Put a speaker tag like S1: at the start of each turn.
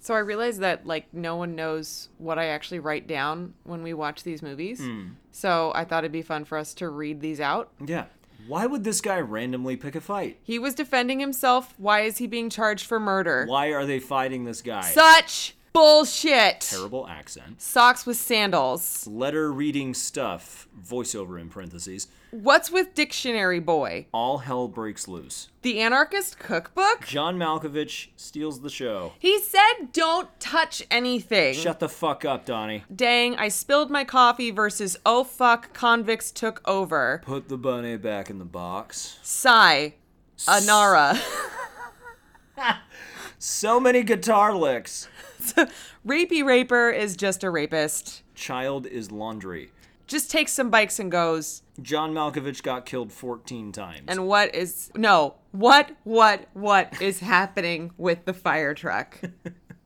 S1: So I realized that like no one knows what I actually write down when we watch these movies.
S2: Hmm.
S1: So I thought it'd be fun for us to read these out.
S2: Yeah. Why would this guy randomly pick a fight?
S1: He was defending himself. Why is he being charged for murder?
S2: Why are they fighting this guy?
S1: Such bullshit.
S2: Terrible accent.
S1: Socks with sandals.
S2: Letter reading stuff, voiceover in parentheses.
S1: What's with dictionary boy?
S2: All hell breaks loose.
S1: The anarchist cookbook?
S2: John Malkovich steals the show.
S1: He said don't touch anything.
S2: Shut the fuck up, Donnie.
S1: Dang, I spilled my coffee versus oh fuck, convicts took over.
S2: Put the bunny back in the box.
S1: Sigh. Anara.
S2: So many guitar licks.
S1: Rapey raper is just a rapist.
S2: Child is laundry.
S1: Just takes some bikes and goes.
S2: John Malkovich got killed 14 times.
S1: And what is no, what, what, what is happening with the fire truck?